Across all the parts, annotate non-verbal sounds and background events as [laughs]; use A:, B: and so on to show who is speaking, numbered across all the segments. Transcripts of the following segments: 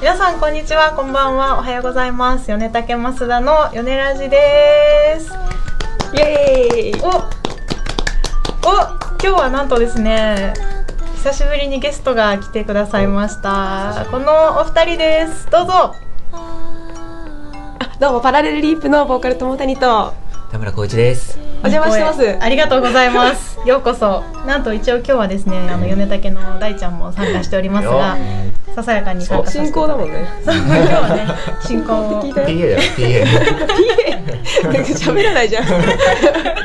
A: 皆さんこんにちは、こんばんは、おはようございます。米竹増田の米ラジです。
B: イエーイ
A: お、お、今日はなんとですね、久しぶりにゲストが来てくださいました。このお二人です。どうぞ。
B: どうもパラレルリープのボーカル友谷と
C: 田村浩一です。
B: お邪魔してます
A: ありがとうござい
B: [laughs]
A: ます。ようこそ。なんと一応今日はですね、あの米竹の大ちゃんも参加しておりますが、ささやかに参加させて
B: 進行だもんね
A: そう [laughs] 今日は
B: [laughs]
A: ね、進行を
B: 聞いたよ
C: PA だよ PA。
B: PA なんか喋らないじゃん
C: いや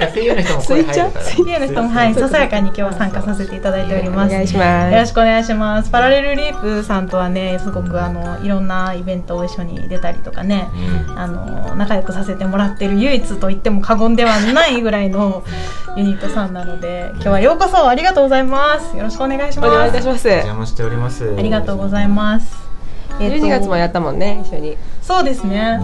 C: PA の人も声入るから。
B: スイ
A: ゲーの人もはい、ささやかに今日は参加させていただいております。よ
B: しま
A: ろしくお願いします。パラレルリープさんとはね、すごくあのいろんなイベントを一緒に出たりとかね、
C: うん
A: あの仲良くさせてもらってる唯一と言っても過言ではないぐらい
B: [laughs]
A: のユニットさんなので、今日はようこそありがとうございます。よろしくお願いし
B: お
A: ます。
B: 邪魔いたします
C: 邪魔しております。
A: ありがとうご
C: い
A: ざいます。えっと
B: 12月もやったもんね一緒に
A: そうですね。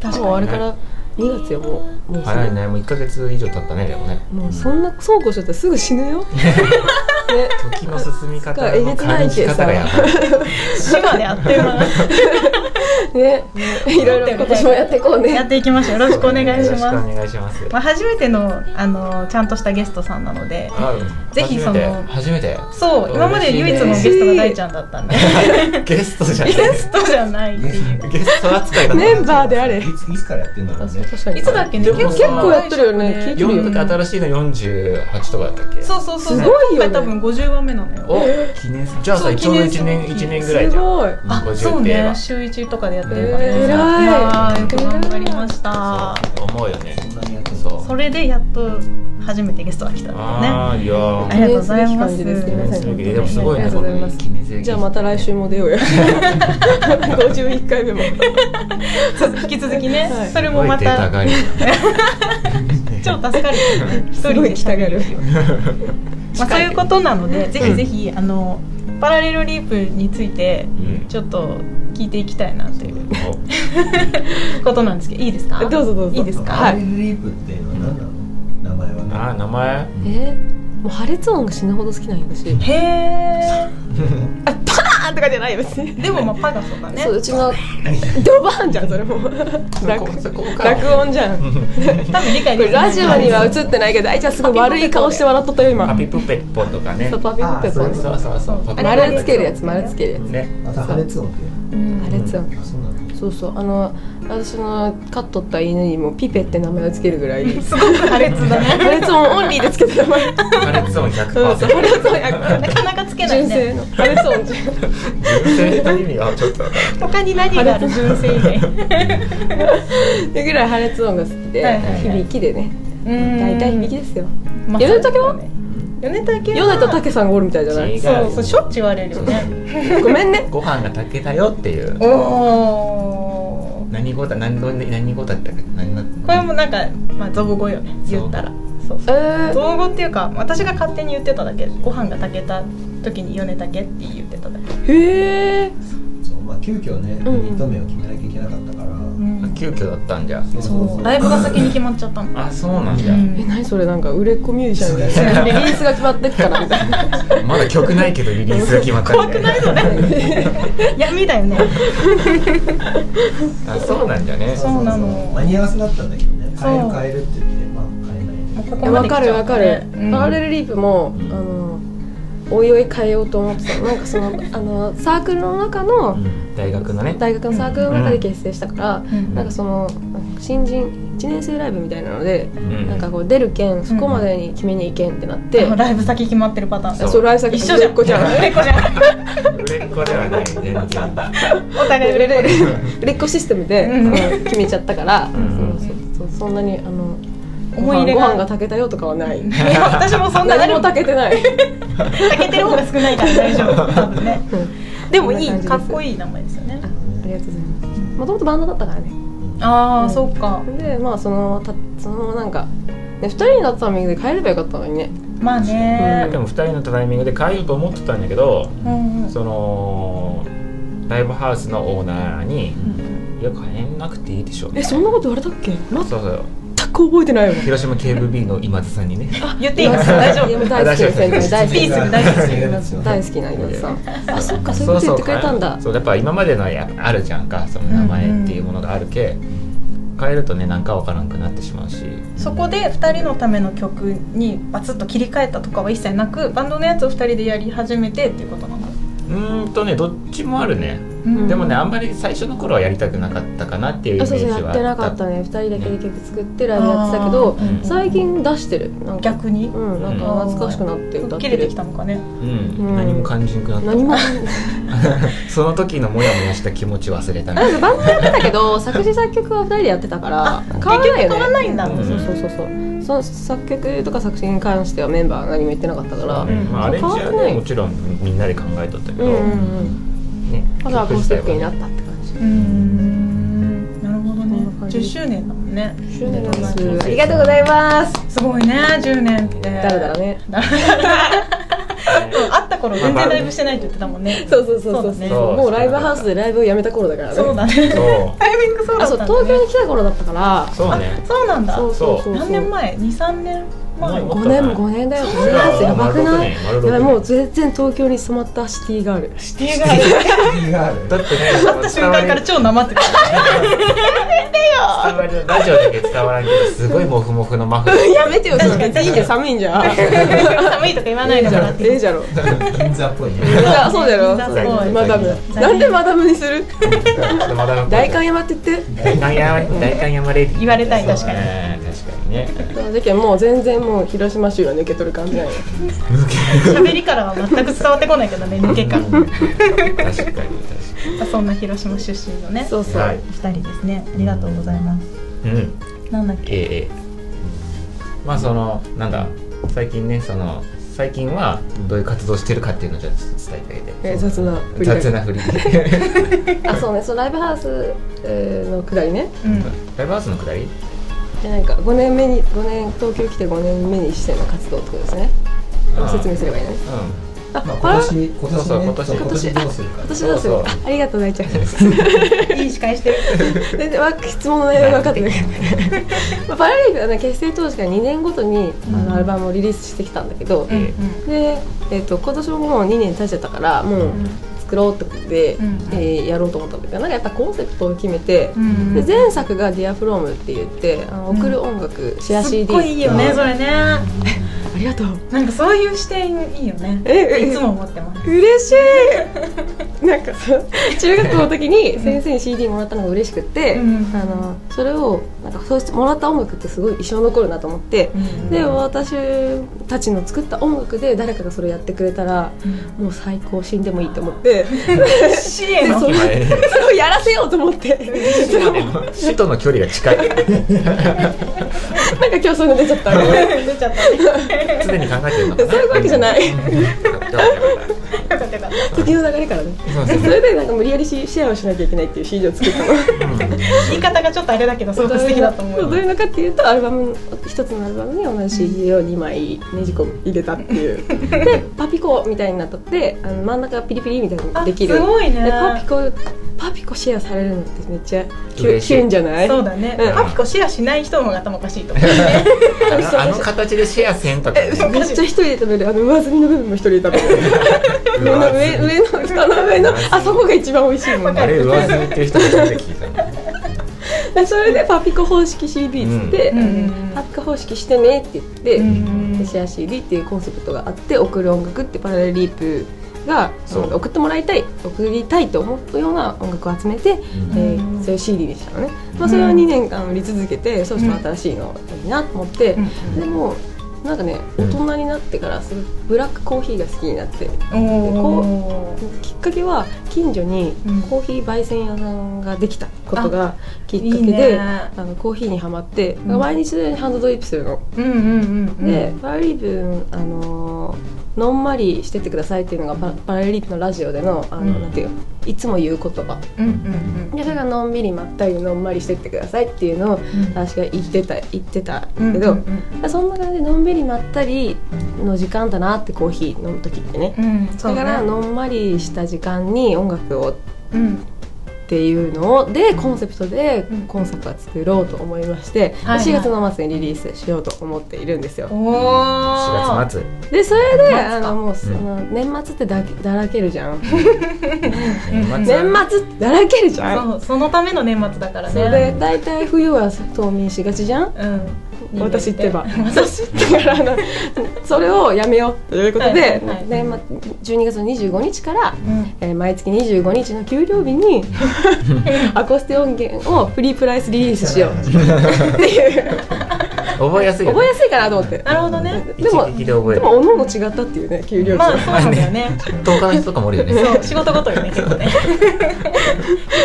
A: 確
B: もう
A: か
B: あ
A: に [laughs]
B: れから2月よもうもうすぐ
C: 早いねもう一ヶ月以上経ったねでもね。
B: もうそんなそうこうしちゃったらすぐ死ぬよね
C: 時の進み方
B: なんかえげ
C: の
B: つないけ
C: 感じ
B: ど
C: 方がやばい。
A: 滋賀でやってます。
B: ねいろいろ今年もやっていこう
A: やっ
B: ね
A: ていきましょう。よろしくお願いし
B: [laughs]
C: よろしく
A: ます。
C: お願いします。
A: まあ、初めてのあのちゃんとしたゲストさんなので
C: あ
A: ぜひその
C: 初めて初
A: そう今まで唯一のゲストが大ちゃんだったんで
C: めて [laughs] ゲストじゃな
A: ゲ
C: い。
A: ストじゃないっていう
C: ゲスト扱いだった。
B: メンバーであれ
D: いついつからやってんだろうね。
B: 確かに
A: いつだっけね
C: でも
A: 結構
C: 結構
B: やってるよね聞いてる
C: 四だって新しいの四十八とかだったっけ。
A: そうそうそうそう
B: すごいよ
A: 今
B: ね
A: 回多分50番目なのよ
C: お
D: 記念すべき
C: じゃあさ
A: そう
C: ちょうど
A: 記
C: 一
A: 念す
C: 年
A: べき
C: 一年ぐらい
B: す
C: じゃん。
B: ごい
A: あ
C: 50
A: そう
C: って言え
A: ね
C: ば
A: 週1とかでやってるから
B: え
A: いや
B: らい
A: ーよく頑張りました
C: そう思うよね。
D: そんなにやってん
C: そう。
A: それでやっと初めてゲストが来たんだよね
C: ああいやー
A: ありがとうございます
B: 記念すべき感じですね皆さんに
C: でもすご
B: あ
C: い
B: り
C: ね
B: がとう
C: こ
B: ございます
C: の記念すべき
B: じゃあまた来週も出よ
A: [laughs]
B: [laughs] うよ51回目も
A: 引き続きね、
B: はい
A: それもま
C: すごいデータ
A: た
C: があるよ
A: 超助かるよね一
B: す
A: 人
B: ご
A: で
B: い来たがる
A: まあ、そういうことなので、ぜひぜひあのパラレルリープについて
C: うん
A: ちょっと聞いていきたいなという
C: お
A: ことなんですけどいいですか
B: どうぞどうぞ
A: いいですか、
B: は
D: パ
B: い
D: レルリープっていうのは何なの？名前はね。
C: あー名前
B: えもう破裂音が死ぬほど好きなんだし
A: へえ
B: あパーンとかじゃないよ別に、
A: でもまあパがそうだね
B: そううちのドバーンじゃんそれも
C: ここ
B: 楽
C: そこか
B: 楽音じゃんこ
A: 多分理解で
B: れ
A: きない
B: ラジオには映ってないけどあいちゃんすごい悪い顔して笑っとったよ今
C: パピプペッポとかね
B: そうパピプペポ
C: そう
B: ン
C: そうそうそう
A: あれ
B: 丸つけるやつ丸つけるやつ
C: ね
D: あと破裂音って
A: う
D: いう
A: ん
B: 破裂音
D: の。あそうなの。
B: そうそうあの私の飼っとった犬にもピペって名前をつけるぐらい
A: すごく破裂だね
B: 破裂音オンリーでつけた名前
C: 破裂音
B: そうそう破
C: 100%
B: 裂音や
A: なかなかつけない
B: 純正
A: ね
B: の破裂音じゃん
C: 純正の意味がちょっとわかんない
A: 他に何がある純正以外
B: でぐらい破裂音が好きで、
A: はいはいはい
B: 響きでね [laughs] 大体響きですよ
A: まあ
B: 米竹は
A: 米竹は
B: ヨネとタケさんがおるみたいじゃない
C: 違
A: そうそうしょっちゅう言われるよね
B: ごめんね
C: ご飯が炊けたよっていう
A: おおー
C: 何語だ何語で何語だったっけ何だ
A: これもなんかまあ造語よね言ったらそうそう
B: えー、
A: 造語っていうか私が勝手に言ってただけご飯が炊けた時に米炊けって言ってただけ、
B: へえ
D: そうまあ急遽ね
B: うん
D: ユニット名を決めなきゃいけなかったから。
C: 急遽だったんじゃ
A: そうライブが先に決まっちゃったの、
C: あそうな
A: う
C: んじゃ
B: え
A: ん、
B: 何それなんか売れっ子ミュージシ
A: [laughs]
B: ャンみたいなリリースが決まってっからみたいな
C: まだ曲ないけどリリースが決まったみたいな
A: 怖くないのね闇だよね
C: [laughs] あそうなんじゃね
A: そうなの
D: 間に合わせだったんだけどね。
A: そう
D: 変える変えるって言ってまあ変えな
A: もう [laughs] ここ
B: いや
D: い。
A: ま
B: わ
A: で
B: か
A: 来ち
B: る
A: ゃ
B: わ
A: う
B: か
A: と
B: る
A: ね、
B: パラレルリープもあのおいおい変えようと思ってたのなんかそのあのサークルの中の
C: 大学のね
B: 大学のサークルの中で結成したから、
A: うん
B: なんかその新人1年生ライブみたいなので、
C: ん
B: なんかこう出るけんそこまでに決めに行けんってなって、
A: でもライブ先決まってるパターン
C: そ
B: そううライブ先
A: 一緒じゃん
B: 売れっ子じゃん
A: 売れっ子じゃん
C: 売れっ子ではない全然
A: お互い売れる
B: 売れっ子システムで、
A: うん
B: その決めちゃったから、
C: ん
B: そうそうそうそんなにあの
A: 思い入れ
B: ご
A: が
B: 飯が炊けたよとかはない
A: いや私もそんな
B: 何も
A: 炊
B: 炊けてない
A: けてる方が少ないから大丈
B: [laughs]
A: 夫多分ねでもい
B: そん
A: い
B: な感じです
A: かっこいい名前ですよね
B: ありがとうございますもともとバンドだったからね
A: ああ、
B: うん
A: そっか
B: でまあそのたそのなんか、ね、2人になったタイミングで帰ればよかったのにね
A: まあね
C: でも2人のタイミングで帰ると思ってたんだけど
A: うんうん
C: そのライブハウスのオーナーに「いや帰んなくていいでしょ」
B: えそんなこと言われたっけ
C: そうそう
B: 全くく覚えてないわ
C: 広島 KVB の今津さんにね
A: 言っていいですか大丈
B: いやもう
A: 夫
B: 大好きです先輩大好き
A: ピース大好き
D: ですよ
B: 大好きな今さんあそっかそういうこと言ってくれたんだ
C: そうやっぱ今までのやあるじゃんかその名前っていうものがあるけ、変えるとねなんかわからんくなってしまうし
A: そこで2人のための曲にバツッと切り替えたとかは一切なくバンドのやつを2人でやり始めてっていうことなの、
C: うーんとねどっちもあるね、
A: うん
C: でもねあんまり最初の頃はやりたくなかったかなっていうイ
B: あ
C: メージ
B: そうそう
C: はあった
B: やってなかったね2人だけで曲作ってライブやってたけど
A: あー
C: うん
B: 最近出してるなんか
A: 逆に
B: うんなんか懐かしくなって歌って
A: 切
B: る
A: れてきたのかね
C: うん、
B: うん
C: 何も感じなくなった
B: 何も
C: その時のモヤモヤした気持ち忘れたみたい
B: なんかバンドやってた
A: [laughs]
B: けど作詞作曲は2人でやってたから変わらないよね
A: 結局変わんないんだ
B: うそうそうそうそうその作曲とか作詞に関してはメンバーが何も言ってなかったから
C: な、
A: ん
C: まあ、アレンジは
B: 変わってな
C: ね
B: い
C: もちろんみんなで考えとったけ
B: うん
C: ど、
B: うんうん
C: ね
B: ただアコースティックにな
C: っ
B: ったって感じ
A: うんなるほど
B: こんな
A: ね
B: 感じ
A: 10周年だもんね
B: 周年なんですありがとうございます
A: すごいね10年って
C: だ
B: だらだらね
A: 会った頃全然ライブしてないって言ってたもんね
B: そうそうそうそう
A: そうだね
B: もうライブハウスでライブをやめた頃だからね
A: そうだね
C: そ
A: タイミングそうだ
B: あ
A: っ
B: そう
A: たんだ
B: 東
A: ね
B: 京に来た頃だったから
C: うそ
B: [laughs]
C: うね
A: そうなんだ
B: そうそうそう
A: 何年前23年前
C: も
B: 5年5年だよ5年ですよやばくない
C: 丸
B: や
C: 六年
B: ばいもう全然東京に染まったシティガール
A: シティガール
D: 理がある
C: だってね
A: 会った瞬間から超なまって
B: [laughs]
A: た
C: 伝わりラジオだけ伝わらんけどすごいモフモフのマフラー
B: [laughs] やめてよそれいいじゃん寒いんじ [laughs] ゃん
A: 寒いとか言わないのかなって
B: ええじゃろ
D: 銀座っぽいね
A: [laughs]
B: そうだろ
A: 銀座
B: そうだ
A: っぽい
B: マダム
A: 座
B: なんでマダムにす [laughs] る
C: まだ
B: 代官山って言って
C: 大観山大観山レディ
A: 言われたい確かに
C: に確かにね
B: その事件もう全然もう広島州は抜けとる感じなんよ
A: 喋りからは全く伝わってこないけどね抜け感
C: うん確かに確か
A: そんな広島出身のね
B: そう
C: に
B: そう
C: はい
A: 二人ですねありがとうございます
C: うん
A: なんだっけ
C: ええまあそのなんだ最近ねその最近はどういう活動してるかっていうのをちょっと伝えてあげ
B: え
C: て
B: 雑な振りだけ
C: 雑な振りで
B: あそうねそのライブハウスえーのくだりね
A: うん
C: ライブハウスのくだり
B: じゃあなんか5年目に5年東京来て5年目にしての活動ってことですね
C: うん
B: 説明すればいいのね
C: う
B: あ
D: まあ
B: これ
D: 今年今
C: そうそう
D: 年ね
C: 今年
D: そう
B: 今年
D: どうするか
B: 私どうする
C: そう
B: あ
C: そう
B: ありがとう大ちゃん
A: いい司会してる
B: [laughs] 全然わ質問の内容が分かってないまあパラリーフはね結成当時から2年ごとにあのアルバムをリリースしてきたんだけど、
A: うんうん
B: で、えー、と今年ももう2年経っちゃったからもう作ろうってことで、
A: うん
B: えーやろうと思ったんだけどなんかやっぱコンセプトを決めて
A: う、ん
B: で前作が「DearFrom」って言ってあの送る音楽、シェア
A: すっ
B: CD
A: ごいいいよねそれね
B: ありがとう
A: なんかそういう視点いいよね
B: ええ
A: いつも思ってます
B: 嬉しいなんかそう中学校の時に先生に CD もらったのが嬉しくって、
A: うん
B: あのそれをなんかそうしてもらった音楽ってすごい一生残るなと思って、で私たちの作った音楽で誰かがそれやってくれたらもう最高死んでもいいと思って
A: 支援
B: で
A: の
B: それ
C: はい
B: それをやらせようと思って
C: ん死との距離が近い
B: なんか競争が出ちゃったそうい
A: [laughs]
B: う
A: 出ちゃったね
C: 常に考えてるのかな
B: わけじゃない
A: よかったよかっ
B: 時の流れからね
C: そう
B: そ
C: そう
B: れでなんか無理やりシェアをしなきゃいけないっていう CD を作ったの
A: た言い方がちょっとあれだけどすごく素敵だと思う
B: どういうのかっていうとアルバム一つのアルバムに同じ CD を2枚ねじ込み入れたっていうでパピコみたいになっとってあの真ん中がピリピリみたいなのが
A: あ
B: できる
A: すごいね
B: でパピコパピコシェアされるのってめっちゃキュ
C: 嬉しい
B: キュンじゃない
A: そうだね
C: うん
A: パピコシェアしない人の方が頭おかしいと思う
C: あのあの形でシェアせんとかね
A: 嘘
B: めっちゃ一人で食べるあの上澄みの部分も一人で食べる上の上上の蓋の上のあそこが一番美味しいもん
C: あれ上積みっていう人初めて聞いたの
B: でそれでパピコ方式 CD っつって、
A: うんうん
B: パピコ方式してねって言って、
A: うん
B: でシェア CD っていうコンセプトがあって送る音楽ってパラレルリープが
C: そう
B: あの送ってもらいたい送りたいと思ったような音楽を集めて、えー
A: うん
B: そういう CD にしたのね、まあ、それを2年間売り続けて、そうしたら新しいのがいいなと思って、でもなんかね大人になってからすごいブラックコーヒーが好きになって
A: おー
B: きっかけは近所に
A: うん
B: コーヒー焙煎屋さんができたことがきっかけ
A: いい
B: で、
A: ね
B: あのコーヒーにはまって、
A: ん
B: 毎日のようにハンドドリップするの。
A: うんうんうんうん
B: でパラリープあのーのんまりしてってくださいっていうのがパパラリープのラジオでのあの、
C: うん
B: なんていういつも言う言葉
A: うんうん
B: でそれがのんびりまったりのんまりしてってくださいっていうのを
A: うん
B: 私が言ってた言ってた
A: うん
B: けど、
A: うんうん
B: そんな感じでのんびりまったりの時間だなってコーヒー飲む時ってね
A: うん、そ
B: だ
A: うね
B: からのんまりした時間に音楽を
A: うん、
B: っていうのをでコンセプトで
A: うん
B: 今作は作ろうと思いまして、
A: はいはい
B: 4月の末にリリースしようと思っているんですよ。
A: お
C: 4
A: お
C: 月末
B: でそれで
A: マジか
B: あのもうその年末ってだだらけるじゃ
A: [laughs]
B: ん
C: 年末
B: 年末ってだらけるじゃん
A: そうそのための年末だから
B: それ
A: ね
B: で大体冬は冬眠しがちじゃん
A: うん
B: 私ってば
A: [laughs] 私
B: だからあの [laughs] それをやめようということで、
A: はいはいはい
B: 年末12月の25日から、
A: うん
B: えー毎月25日の給料日
A: [laughs]
B: に [laughs] アコースティ音源をフリープライスリリース
A: [laughs]
B: しようっていう
C: 覚えやすいよ
B: 覚え
C: ね
B: やすいかなと思って
A: なるほどね
B: でも
C: 一撃で覚え
B: で
C: る
B: もおのおの違ったっていうね給料日、
A: まあそうなんだよね
C: 東海とかもおるよね
A: そう仕事ごとよ
B: [laughs]
A: ね結構ね一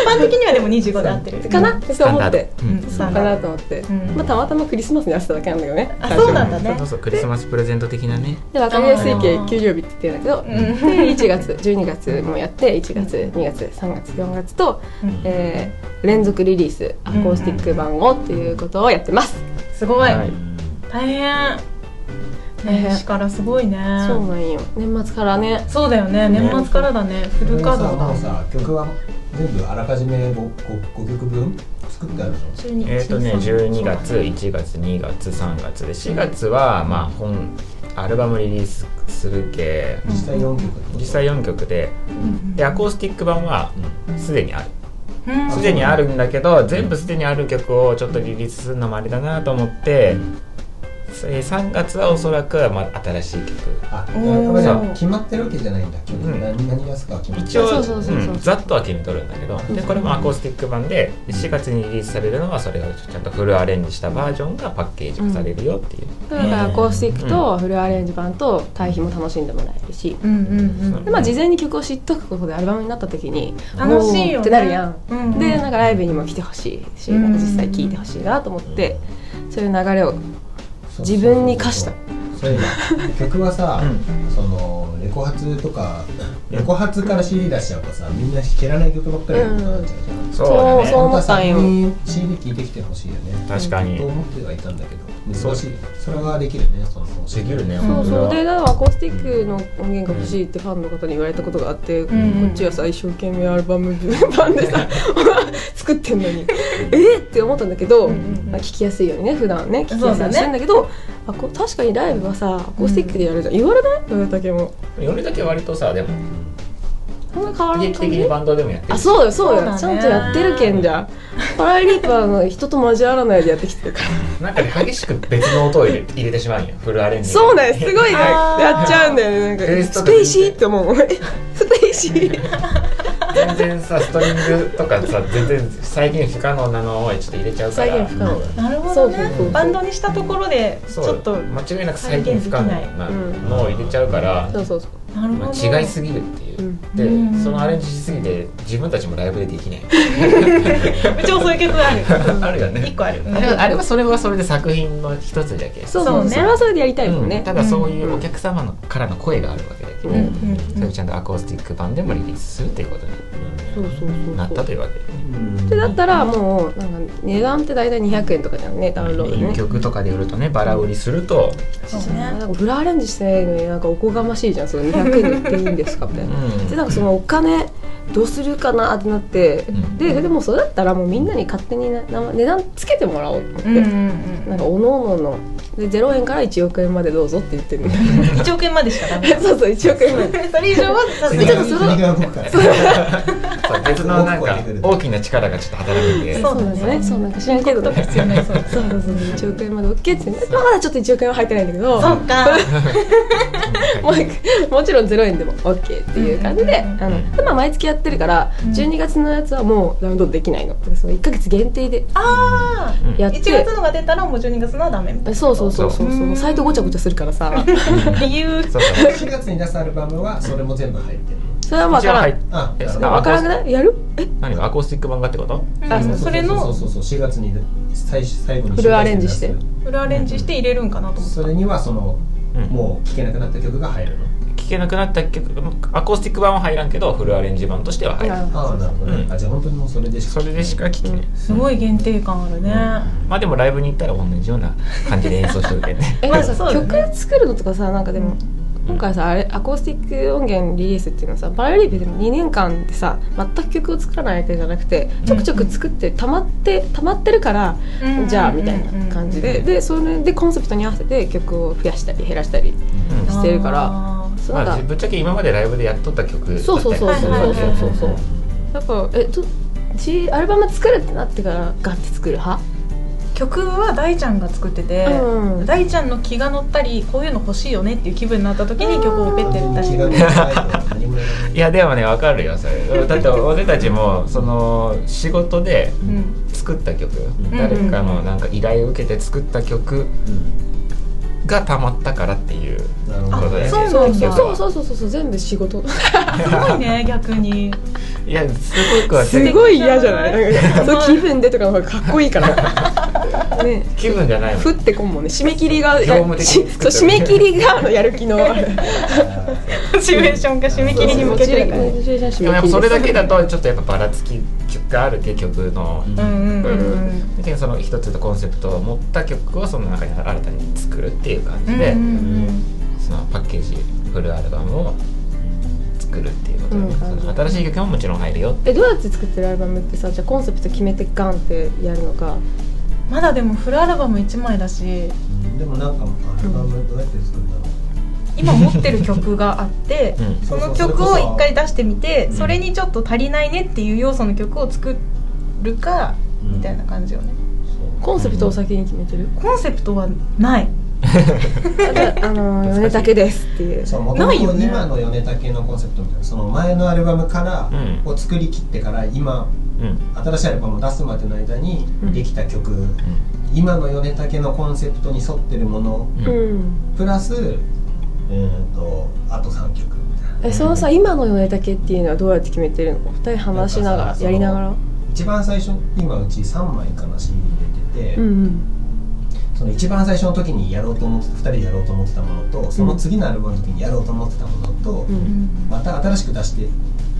A: 般的にはでも25で合ってる
B: かなって思って
C: う
A: うん
C: ん
A: ス
B: そ
A: タ
B: う
A: ン
B: か
A: ダ
B: な
A: ー
B: と思って、
A: うん
B: まあ、たまたまクリスマスに合わせただけなんだけどね
A: あそうなんだね
C: そうそうクリスマスプレゼント的なね
B: で分かりやすい系
A: あー
B: 給料日って言ってるんだけど、
A: うん
B: で1月12月もやって1月2月3月4月と、
A: うん
B: えー連続リリースアコースティック版をっていうことをやってます、
A: すごい
C: はい
A: 大変
B: 大変
A: 年始からすごいね
B: そうなんよ年末からね
A: そうだよね年末からだねフル
D: れ
A: カ
D: が
A: ー
D: さ
A: ド
D: もう
A: が
D: さ曲は全部あらかじめ 5, 曲分作ってあるでしょ
A: 12
C: えっ、とね
A: 13
C: 12月
A: そうだね
C: 1月2月3月で4月はまあ本アルバムリリースするけ
D: 実際4曲
C: 実際4曲ででアコースティック版はすでにある
A: うん
C: すでにあるんだけど全部すでにある曲をちょっとリリースするのもあれだなと思ってえー3月はおそらくまあ新しい曲
D: あ
A: お
D: だ
A: ー
D: からまだ決まってるわけじゃないんだ曲、
C: うん
D: 何何出すかは決まって
C: 一応
B: そうそうそうそう
C: うんざっとは決めとるんだけどでこれもアコースティック版でで4月にリリースされるのはそれをちゃんとフルアレンジしたバージョンがパッケージ化されるよっていう、
B: だからアコースティックとフルアレンジ版と対比も楽しんでもらえるし、
A: うんうんうん
B: でまあ、事前に曲を知っとくことでアルバムになった時に
A: 楽しいよね
B: おーってなるやん、
A: うんうん
B: でなんかライブにも来てほしいし、
A: うん
B: なんか実際聴いてほしいなと思って、そういう流れを自分に課した
D: そういうの曲はさ、そのレコ発とかレコ発から CD 出しちゃうとさみんな知らない曲ばっかりになっちゃうじゃん、
C: そうだね
B: そう思ったんよ
D: 本当は先に CD 聴いてきてほしいよね
C: 確かに
D: と思ってはいたんだけど難しいそれができるねその
C: できるね
B: そう
C: 本当
B: そう
C: だ
B: でだからアコースティックの音源が欲しいってファンの方に言われたことがあって、
A: ん
B: こっちはさ一生懸命アルバム版でさ [laughs] 作ってんのにえっって思ったんだけど、
A: うんうん
B: まあ、聞きやすいようにね普段ね聞きや
A: そう
B: すい
A: だね
B: ようにしてんだけどあこ確かにライブはさアコースティックでやるじゃん、言われない言われたけも
C: 夜だけ割とさでも
B: そんな変わらな
C: 定
B: い
C: 期
B: 感
C: 的に
B: じ
C: バンドでもやってる
B: あそうよそうよ
A: そうだね
B: ちゃんとやってるけんじゃんパラリーパーの人と交わらないでやってきてるから
C: なんかね激しく別の音を入れ入れてしまうんよフルアレンジ
B: そうなんですすごいね
A: あー
B: やっちゃうんだよねなん
C: テイ
B: か
C: スト
B: ス
C: が
B: ペイシーって思う [laughs] えスペイシー
C: 全然さストリングとかさ全然再現不可能なのをちょっと入れちゃうから
B: 再現不可能だ
A: なるほど
B: そうそうそ
A: ね
B: う
A: バンドにしたところでち
C: そ
A: ょ
C: う
A: っと
C: 間違いなく再現不可能なのを入れちゃうから、
B: そうそうそう
A: なるほ
C: ま
A: ど
C: あ、違いすぎるっていう、
B: うん
C: で、
A: うん
C: そのアレンジしすぎて自分たちもライブでできない
A: うちもそういう曲ある
C: あるよね
A: 一個ある
C: あれはあれはそれはそれで作品の一つだけ
B: そう
A: そ
B: そうう
A: ね
B: それはそれでやりたいもん
C: う
B: ね
C: ん、ただそういうお客様のからの声があるわけだけど、
B: うん
A: うん
C: それをちゃんとアコースティック版でもリリースするっていうこと
B: そうそう
C: になっ
B: そ
C: た
B: う
C: というわけで、ね
D: うん
B: でだったらもうなんか値段って大体200円とかじゃんねダウンロード
C: いい
B: ね
C: 曲とかで売るとねバラ売りすると、
A: そう
B: なん
A: ね
B: かフルアレンジしてないのになんかおこがましいじゃんその200円で売っていいんですかみたいな
C: うん
B: でなんかそのお金どうするかなってなって、
C: ん
B: ででもそれだったらもうみんなに勝手になな値段つけてもらおうと思って、
A: うんうんう
B: なんかおのおのので0円から1億円までどうぞって言ってる
A: ん1億円までしかダメ
B: [laughs] そうそう1億円まで
A: それ以上はさすが
D: 次
A: に
B: ちょっとそれ
D: 次が動くから [laughs]
C: そう別のなんか大きな力がちょっと働いて
A: そうだね
B: そうそうなんか知らんけど
A: とか必要になりそう
B: そうそうそう1億円まで OK ってねまだちょっと1億円は入ってないんだけど
A: そうか
B: もう一回もちろん0円でも OK っていう感じで
A: うん
B: あのでまあ毎月やってるから
A: うん12
B: 12月のやつはもうダウンロードできないのでその1ヶ月限定で
A: あ
C: うん
A: あ
B: やっ
A: 1
B: て
A: 月のが出たらもう12月のはダメみたい
B: そうそうそうそう
A: そ
B: そううサイトごちゃごちゃするからさ
A: な理由
C: そうそう
D: 4月に出すアルバムはそれも全部入ってる
B: それは分からん
C: 一応入っ
D: あ
C: え
D: なるほ
C: あ
D: ど
B: 分からんくないやるえ
C: 何がアコースティック版がってこと
A: あ
D: うん
A: それ
D: そう
A: の
D: そうそうそう4月に最終最後に
B: フルアレンジして
D: 4月に出
A: フルアレンジして入れるんかなと思っ
D: す
A: て
D: それにはその、
C: うん
D: もう聴けなくなった曲が入るの
C: 聴けなくなった曲アコースティック版は入らんけどフルアレンジ版としては入る、
D: ああなるほどね、
C: うん
D: あじゃあ本当にもうそれでし
C: それでしか聴けない、
A: すごい限定感あるね
C: まあでもライブに行ったら同じような感じで演奏しとるけどね
B: え
A: まあ
B: なんか
A: そうだね
B: 曲作るのとかさなんかでも今回さあれアコースティック音源リリースっていうのはさパラリーベでも2年間でさ全く曲を作らないわけじゃなくてちょくちょく作って溜まって溜まってるから
A: うん
B: じゃあみたいな感じででそれでコンセプトに合わせて曲を増やしたり減らしたり
C: うん
B: してるから
A: あー
B: そう
C: ま
B: だ
C: あ、ぶっちゃけ今までライブでやっとった曲だったよね
B: そうそうそう
A: そうそう
B: そうそうやっぱえとちアルバム作るってなってからガッて作る派
A: 曲は大ちゃんが作ってて、
B: うん
A: 大ちゃんの気が乗ったりこういうの欲しいよねっていう気分になった時に曲をペッて出し
D: 気
A: て
D: が向かないと何もやらない
C: いやでもねわかるよそれだって俺たちもその仕事で
A: うん
C: 作った曲、
D: ん
C: 誰かのなんか依頼を受けて作った曲がたまったからっていう
D: なるほ
C: こと
D: ど
C: で
A: あ
D: ね
A: そうなんだ
C: 結局
B: そう
C: は
B: そうそうそうそう全部仕事
A: すごいね逆に
C: いやすごくは
B: すごい嫌じゃないなんかそう気分でとかの方がかっこいいから
A: [laughs]
B: ね
C: 気分じゃないもん
B: ふってこんもんね締め切りが
C: 業務的
B: し
C: に作
B: そ
C: っ
B: う
C: て
B: 締
C: る
B: め切りがあのやる気の
A: シチュエーションが締め切りに向けてるから
B: モチベーシ
C: で
B: ョン締
C: も
B: め切
C: やっぱ
B: り
C: それだけだとちょっとやっぱばらつき曲があるけ曲の、
D: うん
A: うんうんうんうん
C: だけどその一つのコンセプトを持った曲をその中に新たに作るっていう感じで、
A: うん
C: そのパッケージフルアルバムを作るっていうことで、
B: うん
C: その新しい曲ももちろん入るよ
B: えどうやって作ってるアルバムってさじゃあコンセプト決めてガンってやるのか
A: まだでもフルアルバム1枚だし
D: うんでもなんかアルバムどうやって作るんだろ
A: 今持ってる曲があって
C: うん
D: う
A: そ
D: そうそう
A: の曲を一回
D: それこ
A: 出してみて
C: うん
A: それにちょっと足りないねっていう要素の曲を作るか
D: うん
A: みたいな感じよね
D: そ
B: コンセプトを先に決めてる
A: コンセプトはない
B: あじゃああの
C: 難しい
B: 米竹ですっていう
D: そう元
A: な
D: 々
A: いよね
D: 今の米竹のコンセプトみたいなその前のアルバムから
C: うん
D: を作り切ってから今
C: うん
D: 新しいアルバムを出すまでの間に
B: うん
D: できた曲、今の米竹のコンセプトに沿ってるもの
C: うん
B: う
C: うん
B: ん
D: プラスうーんとあと3曲みたいな
B: えそのさ今の米竹っていうのはどうやって決めてるのお二人話しなが
D: なん
B: ら
D: かさ
B: やりながら
D: 一番最初今うち3枚かな CD 入れてて、
B: うん
D: その一番最初の時にやろうと思って2人でやろうと思ってたものとその次のアルバムの時にやろうと思ってたものと、
B: うんうん
D: また新しく出して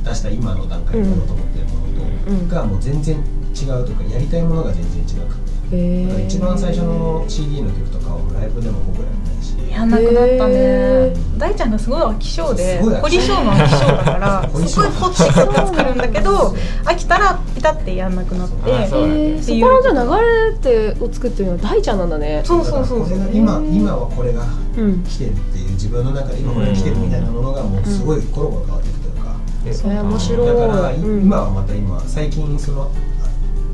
D: 出した今の段階でやろうと思ってるものとがもう全然違うとかやりたいものが全然違うか
B: へ
D: ら、だから
B: え
D: 一番最初の CD の曲とかはもうライブでもほぼやらないし
A: やんなくなったね
B: へ
A: 大ちゃんがすごい飽き性です
D: ごい飽
A: 凝り
D: き性
A: 性の飽き性だから
D: 凝り
A: す
D: 性
A: ごいこっちこっち作るんだけど飽きたらピタってやんなくなっ
C: あ
A: て
C: そうなんだ
B: えーそこのじゃあ流れってを作ってるのは大ちゃんなんだね
A: そうそうそう
D: だか
A: そ
D: ら
A: う
D: これが今今はこれが
B: うん
D: 来てるっていう自分の中で今これが来てるみたいなものがもうすごいコロコロ変わっていくというか、
C: で
B: それ面白い
D: だから、い
B: うん
D: 今はまた今最近そのあ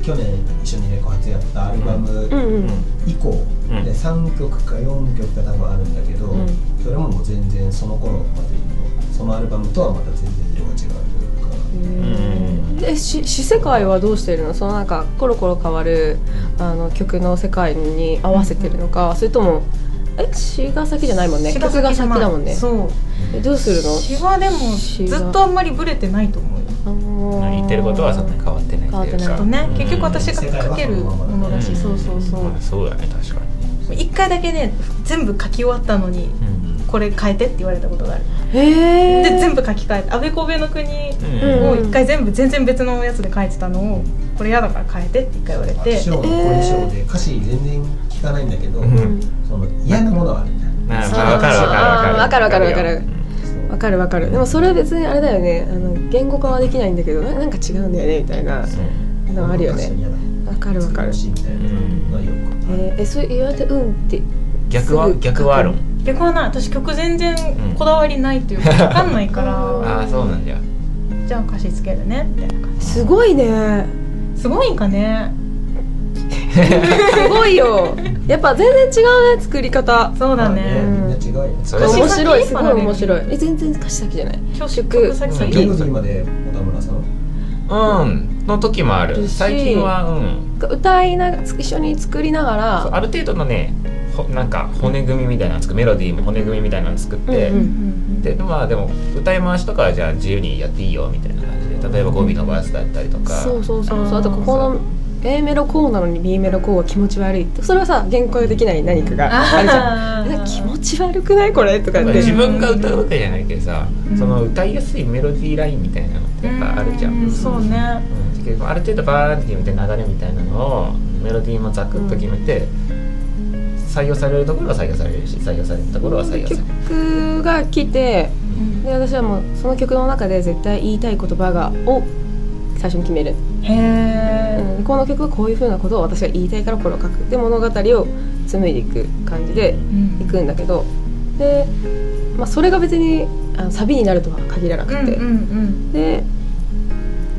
D: 去年一緒にレコ発やったアルバム
B: うんうん
D: 以降、
C: うん
D: で3曲か4曲が多分あるんだけど、
B: うん
D: それももう全然その頃までのそのアルバムとはまた全然色が違うというか。
C: ん
B: えし詩世界はどうしてるのそのなんかコロコロ変わるあの曲の世界に合わせてるのか、それともえ詩が先じゃないもんね
A: 詩
B: 曲が先だもんね
A: そう
B: えどうするの
A: 詩はでも
B: 詩が
A: ずっとあんまりブレてないと思うよ
B: あのー
C: 言ってることはそんなに変わってないっていう
B: 変
A: あ
B: わっ
A: と
C: か
B: て
A: ね
C: うん
A: 結局私が書けるものだし
C: うん
A: そうそうそう
C: まあそうだね確かに
A: 一回だけね全部書き終わったのにこれ変えてって言われたことがある
B: へ
A: で
B: え
A: 全部書き換えて「安倍神戸の国」
C: うん
A: を一回全部全然別のやつで書いてたのを「これ嫌だから変えて」って一回言われて
D: 私はこれ以上で歌詞全然聞かないんだけど、
C: うん
B: うん
D: その嫌なものはあるみたいな。
C: まあまあわかるわかる
B: あーわかるわかるわかるわかるわかるでもそれ別にあれだよねあの言語化はできないんだけどななんか違うんだよねみたいなのあるよね
D: この歌詞は嫌だ
B: わかるわかる
D: 美しいみたいなのはよ
B: え
D: くある。
B: ーえそう言われてうんって
C: 逆は逆はあるもん
A: 逆はない私曲全然こだわりないというか分かんないか
B: うん
A: ら
C: ああそうなんだよ
A: じゃあ歌詞つけるねみたいな感
B: すごいね
A: じすごいんかね
B: すごいよやっぱ全然違うね作り方
A: そうだ
D: まあ
A: ね
D: みんな違うよね。
C: それ
A: 歌詞
B: 面
A: 先
B: 白いすごい
A: 学べる
B: 面白いえ全然歌詞先じゃない
A: 今日
B: 曲
A: 曲先
C: うん
A: 先
D: 曲今で小田村さん。
C: うんの時もある最近はうん
B: 歌いながら一緒に作りなが
C: そう
B: ら
C: ある程度のねほなんか骨組みみたいなの作メロディーも骨組みみたいなの作って、
B: うんうん
C: でまあでも歌い回しとかはじゃあ自由にやっていいよみたいな感じで例えば語尾のバースだったりとか
B: そうそうそう
A: あー
B: そうあとここの A メロこうなのに B メロこうは気持ち悪いそれはさ原稿できない何かがあるじゃん
A: あ
B: え気持
A: ー
B: ち悪くないこれとか
C: なん
B: っ
C: か
B: て
C: 自分が歌うわけじゃないけどさ、
A: うん
C: その歌いやすいメロディーラインみたいなのってやっぱあるじゃん、
A: うそうね
C: だけどある程度バーって決めて流れみたいなのをメロディーもザクッと決めて、採用されるところは採用されるし採用されるところは採用される
B: 曲が来てで私はもうその曲の中で絶対言いたい言葉がを最初に決める、
A: へえ
B: うん、この曲はこういうふうなことを私が言いたいからこれを書くで物語を紡いでいく感じでいくんだけどで、まあ、それが別にあのサビになるとは限らなくて、
A: ん
B: で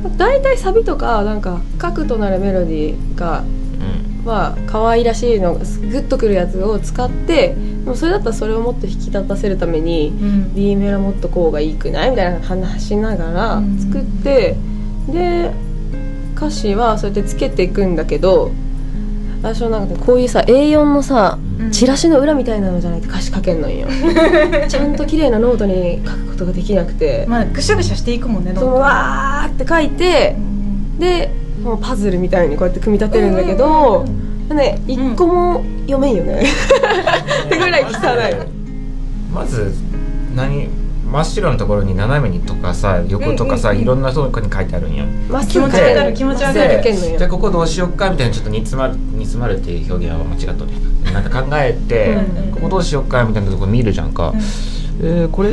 B: まあ大体サビとかなんか核となるメロディーが
C: うん
B: まあ可愛らしいのグッとくるやつを使ってでもそれだったらそれをもっと引き立たせるために
A: うん
B: B メロもっとこうがいいくないみたいな話しながら
A: うん
B: 作って、で歌詞はそうやってつけていくんだけど私はなんかねこういうさ A4 のさ
A: うん
B: チラシの裏みたいなのじゃないと歌詞書けん
A: [laughs]
B: のんよちゃんと綺麗なノートに書くことができなくて、
A: まあぐしゃぐしゃしていくもんね
B: そのわーって書いてでもうパズルみたいにこうやって組み立てるんだけど、ね一個も読めんよね、手ぐらい汚い
C: まず何真っ白のところに斜めにとかさ横とかさ、
A: うんうんうん
C: いろんなとこに書いてあるんや
B: まっす
A: 気
B: ぐ
A: 持
B: 書い
A: ち
B: て
A: わか
B: あ
A: る
B: る
A: 気持ちわか
B: まっすぐ
A: る
B: 書いてある
C: じゃあここどうしよっかみたいなちょっと煮詰まる煮詰まるっていう表現は間違っとるなんか考えて
A: うんうん
C: ここどうしよっかみたいなとこ見るじゃんか、えーこれ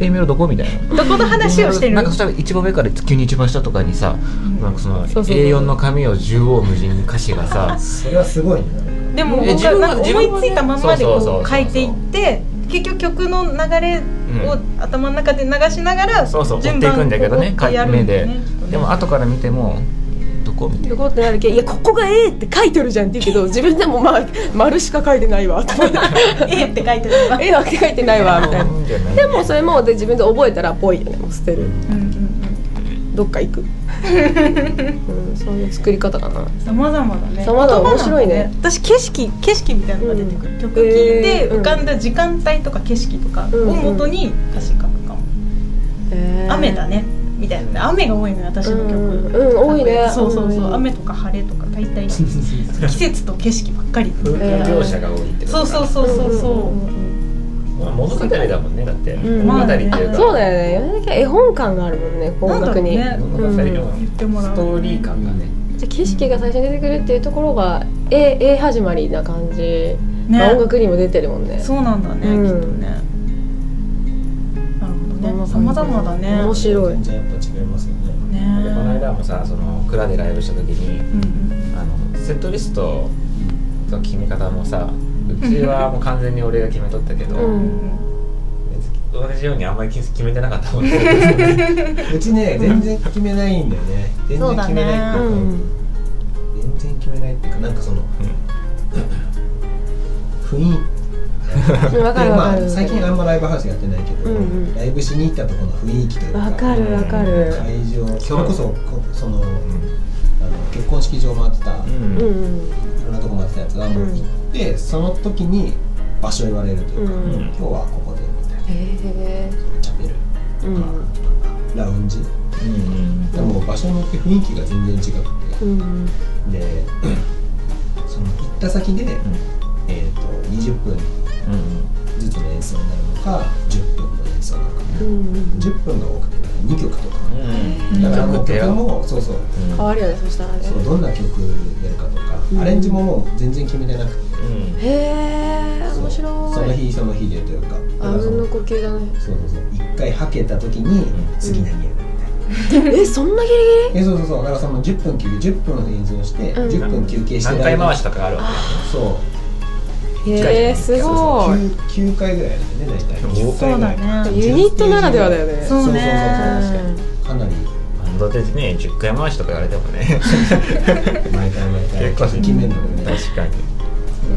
C: A メロどこみたいな
A: どこと話をしてる
C: なんかそしたら一番上から急に一番下とかにさ、なんかその
B: そうそう
C: A4 の紙を縦横無尽に歌詞
B: [laughs]
C: がさ
D: それはすごいねなんか
A: でも僕
C: え自
A: は
C: 分は
A: なんか思いついたまんまで
C: 自分
A: こ
C: は
A: う書いていって結局曲の流れを頭の中で流しながら
C: そうそう
A: 順
C: 追っていく
A: 番
C: んだけどね
A: こう追ってやるんだよね
C: 目
A: きっとね
C: でも後から見てもどこみたい
B: と
C: な
B: こってなるけどいやここが A って書いてるじゃんって言うけど自分でもまあ丸しか書いてな
A: [laughs]
B: いわと思って
A: 「え」って書いてるから
B: A は書いてないわみたいなで
C: で
B: もそれもで自分で覚えたらぽいよねもう捨てる
A: うんうんうん
B: どっ
A: [laughs]
B: か行く、うん、そういう作り方かな
A: 様々だね言葉
B: 様々
A: なの
B: 面白いね
A: 私景色景色みたいなのが出てくる、
B: うん
A: 曲聴いて
B: えー
A: 浮かんだ時間帯とか景色とか
B: うん
A: を元に歌詞書くかも、雨だねみたいな雨が多いのよ私の曲、
B: うんうん多いね
A: そうそうそう
B: うん
A: 雨とか晴れとか大
C: [laughs]
A: 体季節と景色ばっかり
C: 風景描写が多いってこと
A: そうそうそうそうそ
C: まあ物語だもんねだって、
B: うん
C: 物語っていうか、
A: まあね
B: そうだよね米だけ絵本感があるもんね
A: う
B: 音楽に、
A: なんだろうね
C: 物語の
A: 言ってもらう
C: ストーリー感がね
B: じゃあ景色が最初に出てくるっていうところが A, A 始まりな感じ、まあ音
A: ね
B: 楽にも出てるもんね
A: そうなんだね、
B: うん
A: きっとねなるほどね
B: そんな
A: 様
B: 感じ
A: 々だね
B: 面白い
D: 全然やっぱ違いますよね
A: ね
C: でこの間もさその蔵でライブした時に
A: うんうん
C: あのセットリストの決め方もさうちはもう完全に俺が決めとったけど、
B: うん
C: 同じようにあんまり決めてなかったもんね
D: うちね全然決めないんだよね全然決めないっていううか
B: ん
D: 全然決めないっていうかなんかその雰囲気
B: わかるわか
D: ま
B: る
D: あ、最近あんまライブハウスやってないけど、
B: うんうん
D: ライブしに行ったところの雰囲気というか
B: わかるわかる
D: 会場それこそこその、あの結婚式場回ってた、
C: う
D: い
B: うん
C: んうん
B: うん
D: ろんなとこ回ってたやつが、もう
B: うん
D: 行ってその時に場所言われるというか、
B: うん
D: 今日はここでみたい
B: へえ
D: なチャペルと
B: うん
D: かラウンジでも場所によって雰囲気が全然違く
B: う
D: て
B: ん
D: で [clears throat] その行った先で、えー、と20分ずつの演奏になるのか10分の演奏なのか
B: うん
D: 10分が多くて2曲とか
A: うん
D: だからもう
C: 曲って
D: 曲もそうそう
B: 変わるよねそしたらね
D: そうどんな曲やるかとか、
B: うん
D: アレンジももう全然決めてなくて
B: へえ
D: そう
B: 面
D: その
B: 白い
D: 日その日でというかだか
B: あ
D: らそ
B: うん
D: の
B: の呼吸だね
D: そうそうそう一回はけた時
C: う
D: に
C: ん
D: 次何やるみたいな、
B: えそんなギリギ
D: えそうそうそうだからその10分休憩10分演奏して、
B: うん
D: 10分休憩して
C: 何
D: る
C: 回
D: 間
C: 回しとかあるわ
D: そう
B: リ
C: 近い
B: へえすごい
D: 9, 回ぐらいだよね大体10
A: そ
D: 回
A: う
D: ぐ
A: だ
D: らい
A: ね
B: ユニットならではだよね
A: そうね
D: そうそうそうそうかなり
C: バンドでね10回回しとか言われてもね結
D: 毎回毎回
C: 構
D: 決めるのよね
C: 確かに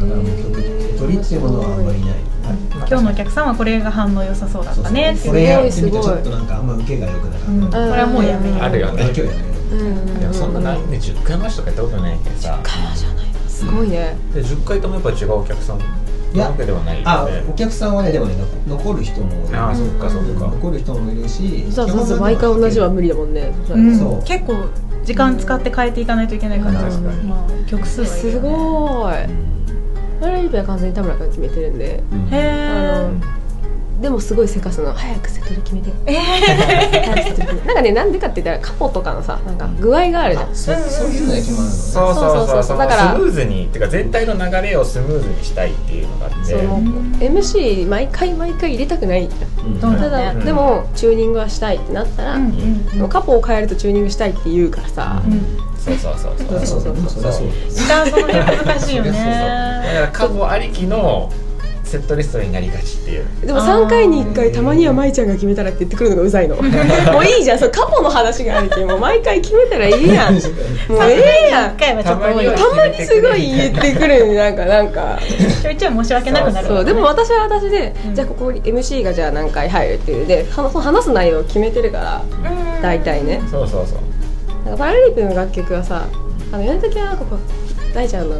D: だからもう曲取りっていうものはあんまりない
A: 今日のお客さんはこれが反応良さそうだったね
D: そうそうこれやってみ
B: すご
D: て
B: い
D: ちょっとなんかあんま受けが良くなかったな
A: これ
B: うん
A: はもうやめよう
C: あるよ
D: 俺
C: ね
D: は今日やめよう
B: うんうん
C: でもそんななんで10回回しとかやったことないけどさ
B: 川じゃないなすごいね
C: で10回ともやっぱ違うお客さんなわけではない
D: あ
C: よね
D: お客さんはねでもねの残る人も多い
C: ああそっかそっか
D: 残る人もいるし
B: そしたらそうそう毎回同じは無理だもんね
A: うん
D: そう
A: 結構時間使って変えていかないといけないから、
C: 確かに
A: まあ、曲数はいる
B: す
A: よね
B: ごいあれリベは完全に田村君が決めてるんで
D: うん
A: へ
B: あ
A: え
B: のでもすごいせかすの早くセトリ決めて
A: え
B: 早くセトリ決めて [laughs] なんかねなんでかって言ったらカポとかのさなんか具合があるじゃん
D: そそういうのが決まるのね
C: そうそうそう
B: そうそうそ
C: そうう
B: だから
C: スムーズにっていうか全体の流れをスムーズにしたいっていうのがあって
B: その MC 毎回毎回入れたくない
C: うん
A: どう
B: た
A: な
B: だ
A: うん
B: でもチューニングはしたいってなったら、
A: うんうんうん
B: カポを変えるとチューニングしたいって言うからさ、
A: うん
C: そうそうそうそう
D: そうそうそうそりゃそうです
A: ギターその辺難しいよ
D: そり
C: だ
A: ね
C: から過去ありきのセットリストになりがちっていう
B: でも3回に1回たまには舞ちゃんが決めたらって言ってくるのがうざいの [laughs] もういいじゃんそうカポの話があるけんもう毎回決めたらいいやんもう [laughs] ええやん
A: 一回はちょっと多いわ
B: [laughs]
C: た
B: たまにすごい言ってくるなんかなんか
A: ちょいちょい申し訳なくなる
B: そうでも私は私で、
A: うん
B: じゃあここに MC がじゃあ何回入るっていうのではその話す内容を決めてるから
A: うん
B: 大体ね
C: そうそうそう
B: なんかパラリンピックの楽曲はさあのやるときはなんかこう大ちゃんの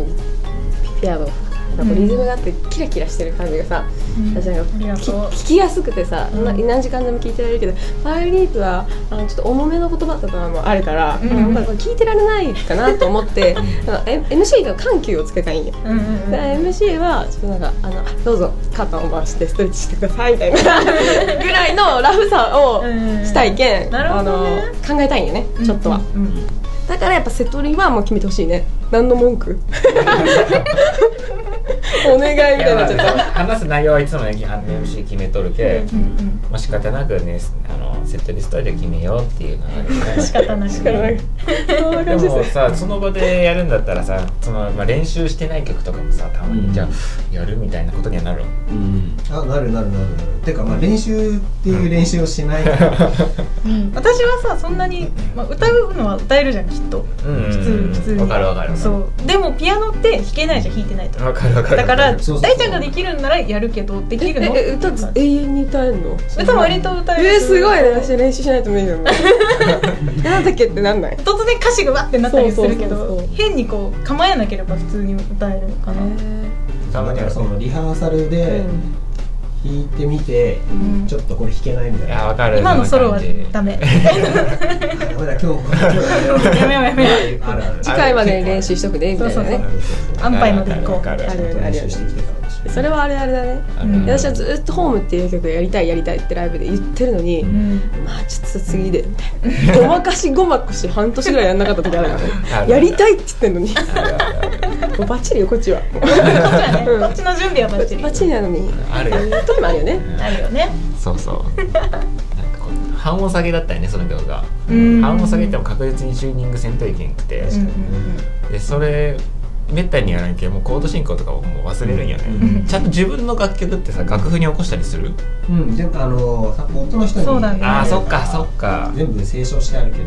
B: ピアノなんかリズムがあってキラキラしてる感じがさ、
A: うん
B: 私なんか
A: ありが
B: き
A: とう
B: 聞きやすくてさ、
A: うん
B: な何時間でも聞いてられるけど「ファイルリープは」あのちょっと重めの言葉とかもあるから、
A: うん
B: なんかこれ聞いてられないかなと思ってあの M- MC の緩急をつけたいんよ。
A: うんうんうん
B: で MC はちょっとなんかあのあ「どうぞ肩を回してストレッチしてください」みたい
A: [laughs]
B: なぐらいのラフさをしたいけん、
A: うんなるほどね
B: あの考えたいんよねちょっとは、
A: うんうん
B: だからやっぱ瀬戸りはもう決めてほしいね何の
A: [laughs]
B: 文句 [laughs] お願いみたい
C: い
B: に
C: や
B: なっ
C: まあ
B: ちゃった
C: 話す内容はいつもねあの MC 決めとるけ、
A: うんうん
C: まあ仕方なくねあのセットリストで決めようっていうのがね
A: 仕方なし
B: だからなんかそんな
C: で
B: 感じです
C: も
B: ね
C: さその場でやるんだったらさその、まあ、練習してない曲とかもさたま
D: う
C: に
D: ん
C: じゃあやるみたいなことにはなる
D: うんあなるなるなるなるてかまあ練習っていう練習をしないから
A: うん私はさそんなに、まあ、歌うのは歌えるじゃんきっと
C: うん
A: 普通普通に
C: わかるわかる
A: そうでもピアノって弾けないじゃん弾いてないと
C: わかるわかる
A: だから
D: そうそう
A: 大ちゃんができるんならやるけどできるの
B: ええ歌ず永遠に歌えるの
A: 歌割と歌える
B: えー、すごいね私練習しないと無理だも
A: [laughs]
B: んえなんだっけってなんない
A: 突然歌詞がわってなったりするけ
B: そうそう
A: ど
B: そうそう
A: 変にこう構えなければ普通に歌えるのかな、
C: たま
D: だ
C: に
D: か
C: は
D: らそのリハーサルで弾いてみて
A: うん
D: ちょっとこれ弾けないみたい
C: い
D: な
C: やわかる
A: 今のソロは
C: そんな感じ
A: ダメ
D: ほら今日今日やめよう
A: やめようやめ
D: ようあるある
B: 次回までに練習しとくねみたいな
A: そうそう
B: ね
A: 安牌まで行こう
C: わかるわ
B: あ
C: か
B: る
C: る
D: ちゃんと練習してきてからでしょ
B: それはあれあれだね
C: ある
A: うん
B: 私はずっと「ホームっていう曲やりたいやりたいってライブで言ってるのに、
A: うん
B: まあちょっと次でみたいなごまかしごまかし半年ぐらいやんなかった
A: [laughs]
B: 時あるからね
C: ある
B: やりたいって言ってんのに
C: あるある
B: もうバッチリよこっちは
A: こっちはね、
B: うん
A: こっちの準備はバ
B: バ
A: ッチリ
B: ッチリなのに
C: あるよ
B: 時もあるよね
A: あるよね
C: そうそう。なんかこう半音下げだったよねその曲が。
A: うん
C: 半音下げても確実にチューニングせんといけんくて、
A: うんうん
C: でそれめったにやらんけんもうコード進行とかももう忘れるんよね。
A: うん
C: ちゃんと自分の楽曲ってさ楽譜に起こしたりする？
D: うん、でもあのサポートの人に
A: そうだね
C: ああそっかそっか。
D: 全部清書してあるけど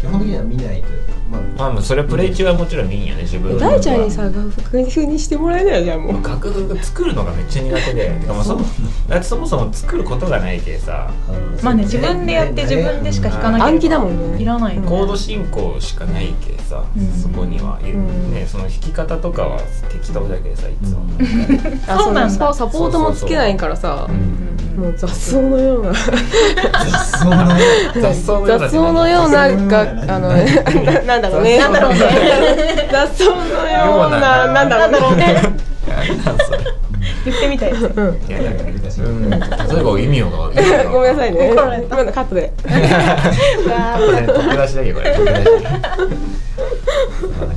D: 基本的には見ないというかまあ
C: まあもうそれはプレイ中はもちろんいいんよね自分の曲は。
B: 大ちゃんにさ楽譜にしてもらえないよじゃあもう
C: 楽譜作るのがめっちゃ苦手で、てかまあそもだってそもそも作ることがないけさ、
D: あの
A: まあね自分でやって自分でしか弾かなければ
B: 暗記だもんね
A: いらない
C: コード
A: し
C: 進行しかないけさ、
A: うん
C: そこには、
B: ん
C: ねその弾き方とかは適当だけどさいつも、
B: あ
A: そうなんだ
B: そうサポートもつけないからさもう雑草のような
D: 雑草の
C: [laughs] 雑草のような
B: 雑草のようながあのななんだろうね
A: なんだろうね
B: 雑草のようななんだ
A: なんだ
B: ろ
A: ろ
B: う
A: う
B: ね
A: ね
C: なんそれ
A: 言ってみたい
B: [laughs]
A: です
B: うん
C: いやなんか
D: うん
C: 例えば意味をが分か
B: [laughs]
C: る
B: ごめんなさいね
A: 怒られた
B: 今のカットで
A: わー
C: 特出しだけどこれ特出し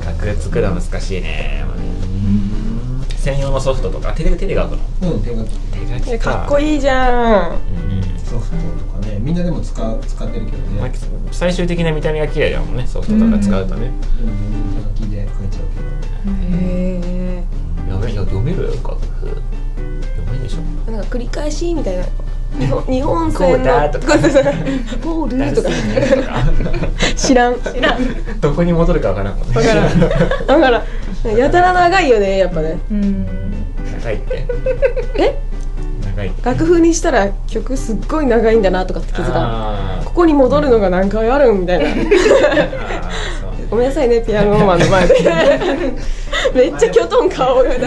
C: 楽譜作るの難しいね,、まあ、ね専用のソフトとか手で手で書くの
D: うん手書き
C: 手書
B: え
C: きか
B: かっこ
C: いい、
B: いいじゃん
C: うん
D: ソフトとかねみんなでも使う使ってるけど
C: まあ
D: ね、
C: 最終的な見た目が綺麗だもんねソフトとか使うとね、
D: うん、手書きで書いちゃう
B: へ
C: やめ読めるよ楽譜読めんでしょ
B: えなんか繰り返しみたいな日本日本
C: こ
B: 戦
C: う
B: の
C: だとか
B: ボールとか知らんわ
A: 知らん
C: [laughs] どこに戻るかわからんもんね
B: からんだからんやたら長いよねやっぱね
A: うん
C: 長いって
B: え
C: 長いって
B: 楽譜にしたら曲すっごい長いんだなとかって気づかん
C: あ
B: ここに戻るのが何回あるんみたいな
C: ーあーそう
B: ごめんなさいねピアノマンの前でめっちゃキョトン顔が
D: ギタ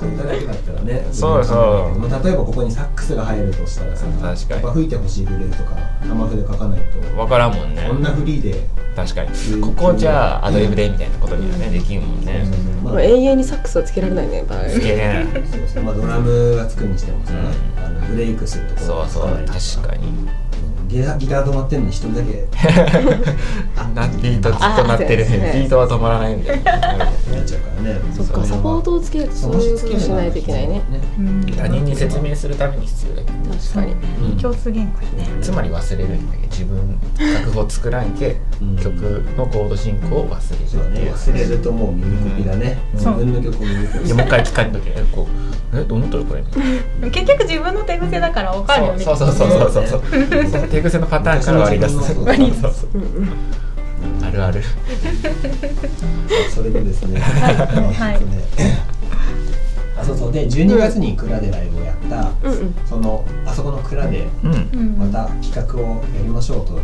D: ーと歌だけだったらね
C: そうそう
D: まあ例えばここにサックスが入るとしたらさ
C: 確かに
D: やっぱ吹いてほしいフレーズとか玉筆書かないと
C: 分からんもんね
D: こんなフリーで
C: 確かにここじゃあアドリブでみたいなことにはねできんもんね
D: ま
B: もう
D: あ
B: 永遠にサックスはつけられないね場合
C: つけね
D: そうそうまあドラムがつくにしてもさ
C: うん
D: あのブレイクするところ
C: そう
D: がつ
C: そう
D: かないと
C: 確かに
D: うんギターギター止まってんのに一人だけ
C: なビートずっと鳴ってる
B: あそうですね
C: ビートは止まらない
B: [laughs]
C: みたいな
D: なっちゃうからね
B: そっかサポートをつけるとそういうことしないといけないね
A: うん
C: 他人に説明するために必要だけど
B: 確かに
D: うん
A: 共通言語やね
C: つまり忘れるんだけど自分楽譜を作らんけ、
D: うん
C: 曲のコード進行を忘れる
D: そうだね忘れるともう耳コピだね自
A: そう
D: 分の曲を耳コ
C: い
D: ピ
C: やもう一回聞かんときねこうえどう思っとるこれ
A: 結局自分の手癖だから分かるよね
C: そうそうそうそうそうそう
D: [laughs]
C: その手癖のパターンから割り出す
D: そう割り出す
C: そうそ
B: う
C: う
B: んうん
C: あるある
D: それでですね
A: はい
D: えっとねあそうそうで12月に蔵でライブをやった
B: うんうん
D: そのあそこの蔵で
C: うん
A: うん
D: また企画をやりましょうという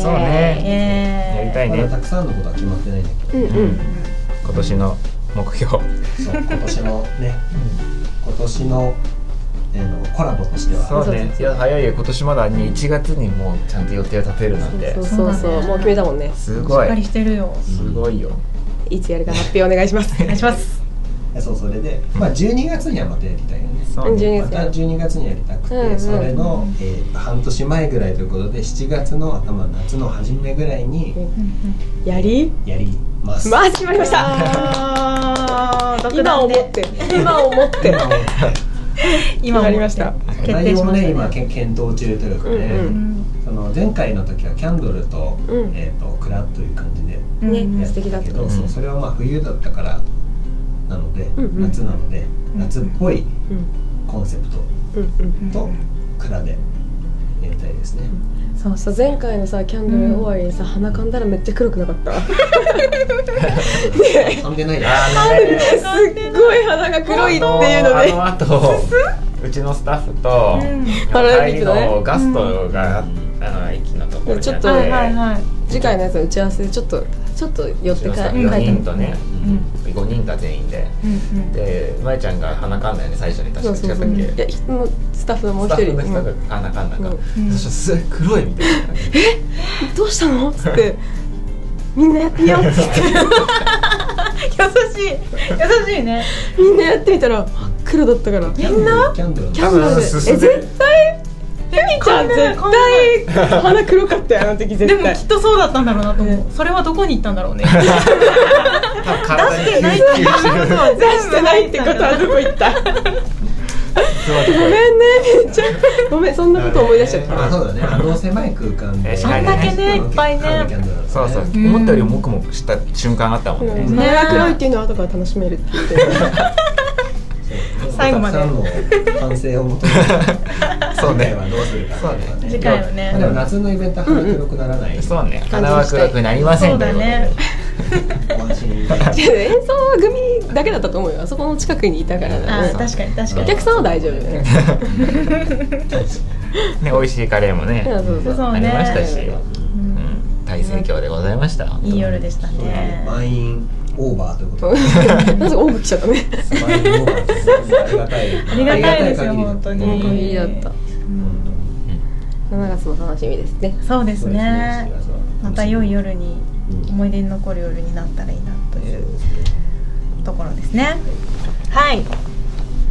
C: そう
A: イエーイ
C: ねやりたい
D: まだた
C: ね
D: くさんのことは決まってないんだけど
B: うんうん
C: 今年の目標
D: そう
C: [laughs]
D: 今年のね今年の,、えーのコラボとしては
C: そうねいや早いよ今年まだに1月にもうちゃんと予定を立てるなんて
B: そうそうそうもう決めたもんね
C: す
A: し
C: ご
A: っかり
C: い
A: してるよ
C: すごいよ
B: いつやるか発表お願いします
A: お願いします
D: えそうそれで、まあ、12月にはまたやりたいよね
C: そうね
B: 12
D: また12月にやりたくて、
B: うんうん
D: それの、えー半年前ぐらいということで7月の頭夏の初めぐらいに
B: やり
D: やります、
B: まあ決まりました
A: [laughs] あー独
B: 今
A: 断
B: 思っ
A: で
B: て今思って
D: 今も
A: 今思
B: 決ま
A: って
B: りました
A: 決
D: 内
A: 定し
D: 容も
A: ました
D: ね今け検討中というかね、
B: うんうん
D: その前回の時はキャンドルと,、
B: うん
D: えー、とクラという感じで
A: うん
B: ね
D: や
B: 素敵だった
D: けど、そうそれはまあ冬だったからなので、
B: うんうん
D: 夏なので夏っぽ
B: う
D: い
B: ん
D: コンセプト
B: うんうん
D: とクラでやりたいですね、
A: そうそ
B: さ
A: う
B: 前回のさキャンドル終わりにさ鼻かんだらめっちゃ黒くなかった
D: 飛んでないや
C: あーね
B: すっごい鼻が黒いっていうので
C: あの後うちのスタッフと
A: うん
B: パラリンピッ
C: 帰り
B: クのね
C: のガストがあの駅のところにあ
B: ちょ
C: っ
B: ってと
A: はいはいはい
B: 次回のやつの打ち合わせでちょっとちょっと寄っ
C: うち
B: て
C: の
B: 帰
C: スタッフ
B: 帰
C: 4
B: っ
C: 人とね
A: うん
C: 5人が全員で
A: うんうん
C: でまえちゃんが鼻かんだよね最初に
B: た
C: 確
B: そ
C: か
B: うそうそう
C: 違っ
B: い
C: たっけ
B: やひもうスタッフのもう
C: ス
B: 一
C: タッフ
B: 人
C: の人
B: う
C: が鼻かんだか
A: うん
C: そしたらすごい黒いみたいな
B: んどうしたのっつってみんなやってみようっつって
A: 優
C: [laughs]
A: しい優しいね
B: みんなやってみたらあ黒だったから [laughs] みんな
D: キャンドルの
B: キャンドル
C: すす
B: え絶対エミちゃん絶
A: こんな
B: 対鼻黒かったよあの時絶
A: で
B: 対
A: もきっとそうだったんだろうなと思うそれはどこに行ったんだろうね出
C: 多分体に
A: してない
C: 吸
A: って
C: 収
A: いうことは全部
B: 出してないってことはどこ行った
C: して
B: ごめん
C: る
B: ねめっちゃごめんそんなこと思い出しちゃっ
D: あ
B: た
D: そうだねあの狭い空間で
C: えあんだけ
A: ねいっぱいね
D: あのキャンドルだとね
C: そうそう
A: うん
C: 思ったよりもくもくした瞬間あったもん
B: うん
C: ね
B: 前は黒いっていうのは後から楽しめるって
C: [laughs]
B: 言って
D: そう
A: 最後まで
D: たくさんの反省を求めて
C: そう
D: 今回
C: ね
D: はどうするかと
C: そ
D: か
C: う
D: ね
A: 次回はね
D: まあでも夏のイベントは鼻黒くならない、
C: そうね鼻は黒くなりませ
A: そ
C: ん
A: う
C: とい
A: だ
C: うことで
A: ね
D: ご安心いただいて
B: 違う演奏は組だけだったと思うよあそこの近くにいたから
A: あ
B: だ
A: ー
B: ね
A: 確かに確か
B: お
A: に
B: 客さんは大丈夫だよね
C: [laughs] ね美味しいカレーもね
B: そうそうそう
A: そう
C: ありましたし、
A: ね
C: うん、大盛況でございました。本当
A: いい夜でした
D: そう
A: ね
D: 満員オーバーということで
B: なぜ音楽来ちゃったね
D: 満員オーバーですねありがたい
A: [laughs] ありがたいですよ
D: ありが
A: 本当
D: たい限り
A: に
B: 本当にだった
D: 本当に
B: 7月も楽しみですね
A: そうですね
D: そうですね
A: また良い夜に
D: うん
A: 思い出に残る夜になったらいいなというところですねはい、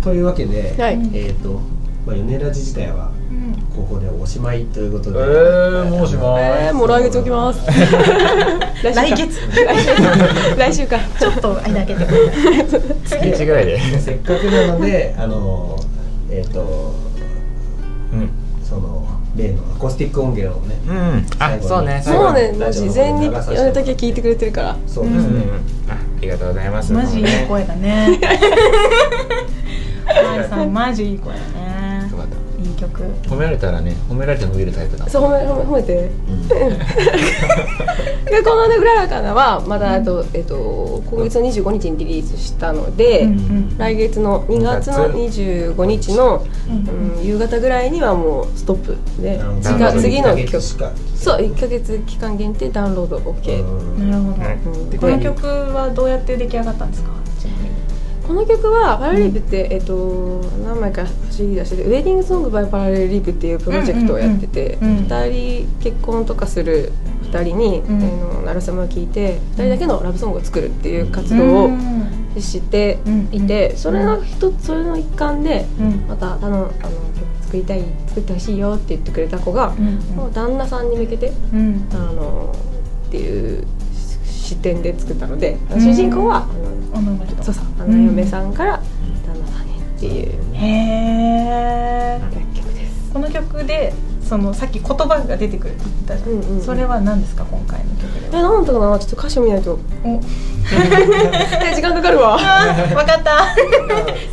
D: というわけで、
B: はい
A: うん
D: えっ、と、まあ、米ラジ自体は
A: うん、
D: ここでおしまいということで、
C: えーもうおしまい
B: えー、もう来月起きます [laughs]
A: 来
B: 来週か
A: 月
B: 来週か
A: ちょっと間開けて
C: 月一ぐらいで。
D: せっかくなのであのえっ、と
C: うん。
D: その例のアコースティック音源をね、
C: うん。あ、そうね。
D: 最
B: も
D: 後
B: う
D: に
B: ねもう事前にあれだけ聞いてくれてるから
D: そう
C: う
D: で
C: んう
D: す
C: ん
D: ね、
C: うん。あ、ありがとうございます。
A: マジいい声だねお前さんマジいい声だね
C: よかった。
A: いい曲
C: 褒められたらね、褒められて伸びるタイプだ。
B: そう褒め褒め褒めて
D: うん
B: でこのね「うららかな」はまだ、えっとえっと、今月の25日にリリースしたので、
A: うんうん
B: 来月の2月の25日の、うん、夕方ぐらいにはもうストップで
D: なるほど
B: 次が次の
D: 一
B: 曲
D: ヶ月しか
B: そう1ヶ月期間限定ダウンロード OK
D: うん
A: なるほど、
C: ね
B: うん
A: この曲はどうやって出来上がったんですかち
B: この曲はパラレリープって、えっと何枚か走り出してて「ウェディングソングバイパラレリープ」っていうプロジェクトをやってて、
A: うんうんうん
B: 2人結婚とかする2人に、
A: うん
B: あのなるさまを聞いて2人だけのラブソングを作るっていう活動をしていて、それの一つそれの一環で
A: うん
B: またあのあの曲作りたい作ってほしいよって言ってくれた子が、
A: うん
B: もう旦那さんに向けて
A: うん
B: あのっていう視点で作ったので、
A: うん
B: 主人公はあの
A: 女の人
B: そうそう、あ
A: う
B: の
A: ん
B: 嫁さんから旦那さんへっていう
A: へえ
B: 楽曲です。
A: この曲でそのさっき言葉が出てくるって言ったじゃん、
B: うんうんうん
A: それは何ですか今回の曲
B: え、
A: では
B: なんだったかな、ちょっと歌詞を見ないと。
A: お
B: え、 [laughs] 時間かかるわ。
A: [laughs] あーわかった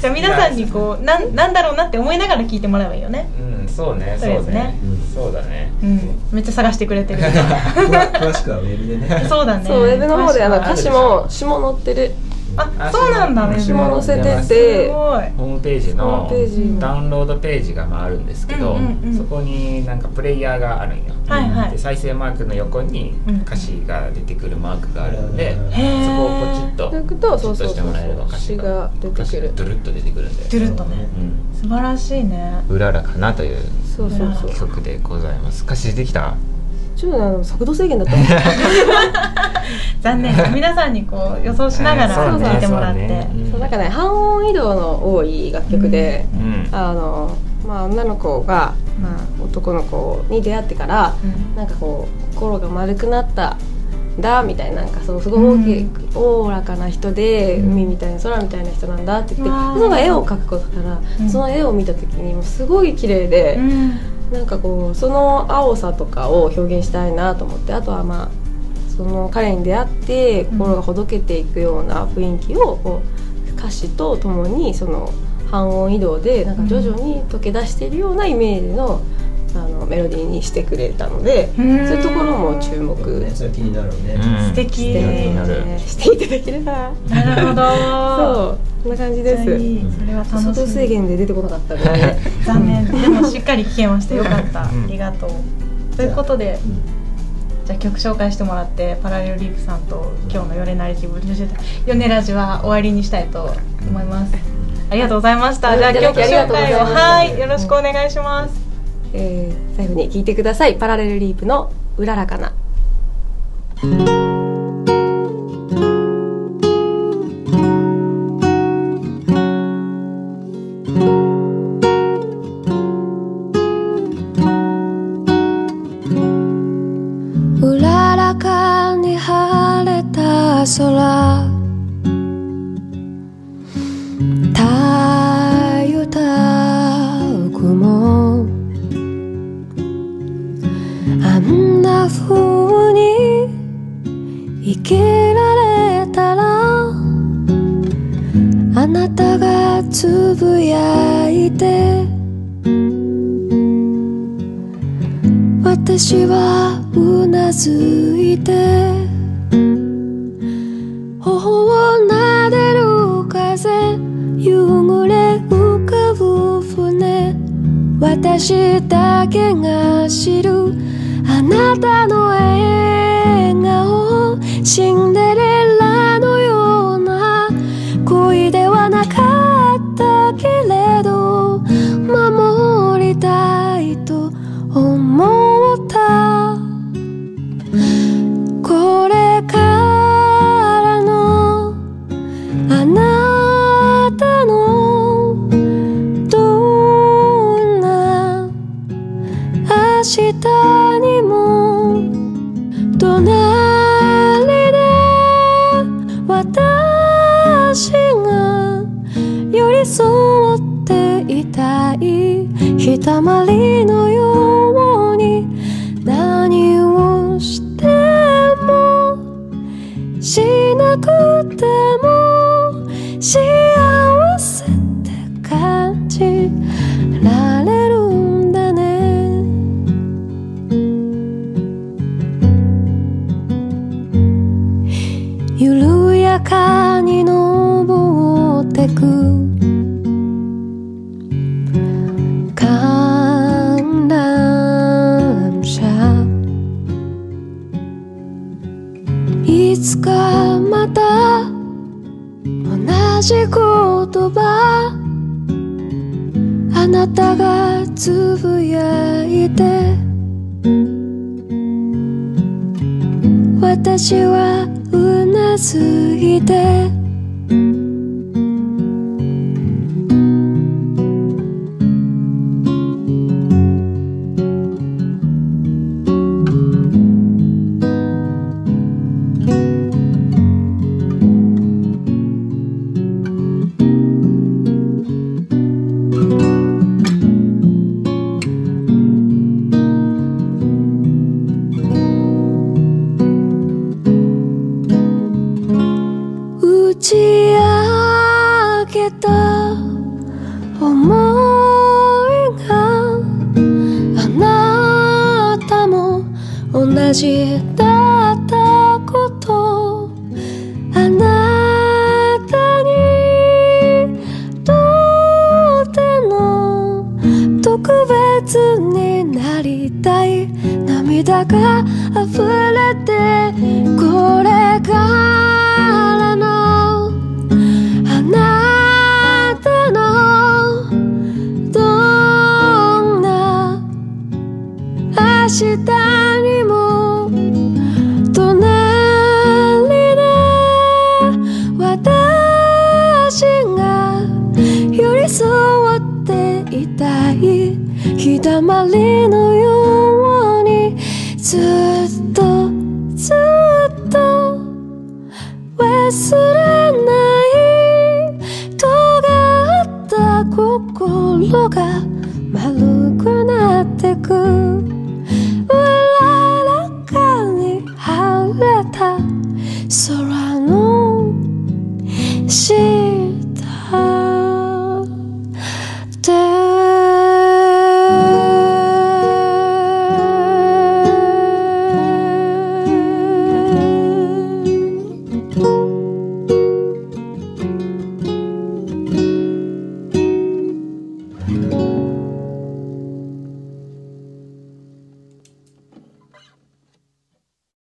A: じゃあ皆さんにこうなんなんだろうなって思いながら聞いてもらえばいいよね
C: うんそうね
A: そ
C: そう
A: で
C: う
A: すね
C: ね
D: うん
C: そうだね
A: うんめっちゃ探してくれてる
D: 詳しくはウェブで
B: [laughs]
D: ね
A: そうだね
B: [laughs] そう、ウェブの方で、あの
C: ある
B: 歌
C: でし
B: 詞
C: ょ
B: も、詞も載ってる。
A: あそうなんだウェブ
B: 詞
C: も
B: も載せて
A: す
B: て。
A: ごい
C: ホームページ
B: ホーム
C: の
B: ページ
A: うん
C: ダウンロードページがまああるんですけど、
A: うんうんうん
C: そこになんかプレイヤーがあるんよ、
A: はいはい
C: で再生マークの横に
A: うん
C: 歌詞が出てくるマークがあるので、
D: うん
C: そ
A: へー
C: こをポチッと
B: 抜くと、そう
C: ポチ
B: そう
C: ッとし
B: そ
C: て
B: う
C: もらえれば、歌詞
B: 詞が出てくる。
C: ドゥルッと出てくるんで
A: ドゥルッとね
C: うん
A: 素晴らしいね
C: うららかなという
B: そうそうそう。
C: 曲でございます歌詞できた
B: ちょっとね、あの速度制限だ [laughs] ったもん。
A: 残念皆さんにこう予想しなが
C: えー
A: ら
C: [laughs] そうね
A: 聞いてもらって、
C: そうねうん
B: そう、なんかね、半音移動の多い楽曲で。
C: うん
B: あの、まあ、女の子が、まあ、男の子に出会ってから。
A: うん
B: なんかこう心が丸くなったんだみたいななんかそうすごい大きい、おおらかな人で
A: うん
B: 海みたいな空みたいな人なんだって言って、
A: うわー
B: その絵を描くことから、
A: うん
B: その絵を見た時にもうすごい綺麗で、なんかこうその青さとかを表現したいなと思ってあとはまあその彼に出会って心がほどけていくような雰囲気をこう歌詞とともにその半音移動でなんか徐々に溶け出しているようなイメージのあのメロディーにしてくれたので。
A: うん
B: そういうところも注目
D: ねそれ気になるよね、
A: 素敵
C: 気になる
B: していただければ。
A: なるほど
B: そう、こんな感じ
A: めっ
B: で
A: ちゃい
B: す。
A: いそれは
B: 速
A: 楽
B: 度
A: し
B: 制
A: い
B: 限で出てこなかったので、
A: 残念でもしっかり聞けましたよかったあ
C: うん
A: りがとうということでじゃあ曲紹介してもらってパラレルリープさんと今日の「ヨレナレティブ」ヨネラジは終わりにしたいと思いますありがとうございましたじゃあ曲紹
B: ありがとうござ
A: 介
B: い
A: を
B: ました
A: はいよろしくお願いします
B: えー最後に聞いてください。パラレルリープのうららかな。
E: うららかに晴れた空たゆたう雲あんな風に生きられたらあなたがつぶやいて私はうなずいて頬を撫でる風夕暮れ浮かぶ船私だけが知るあなたの笑顔シンデレラのような恋ではなかったけれど守りたいと思ったこれからのあなたのどんな明日にも隣で私が寄り添っていたいひたまりのように何をしてもしなくても幸せって感じられるんだね緩やかに登ってく観覧車いつかまた同じ頃あなたがつぶやいて私はうなずいて
F: 打ち上げた思いがあなたも同じだったことあなたにとっての特別になりたい涙が溢れてこれからのあなたのどんな明日にも隣で私が寄り添っていたい日だまりのようにずっとずっと忘れない尖った心が丸くなってくうららかに晴れた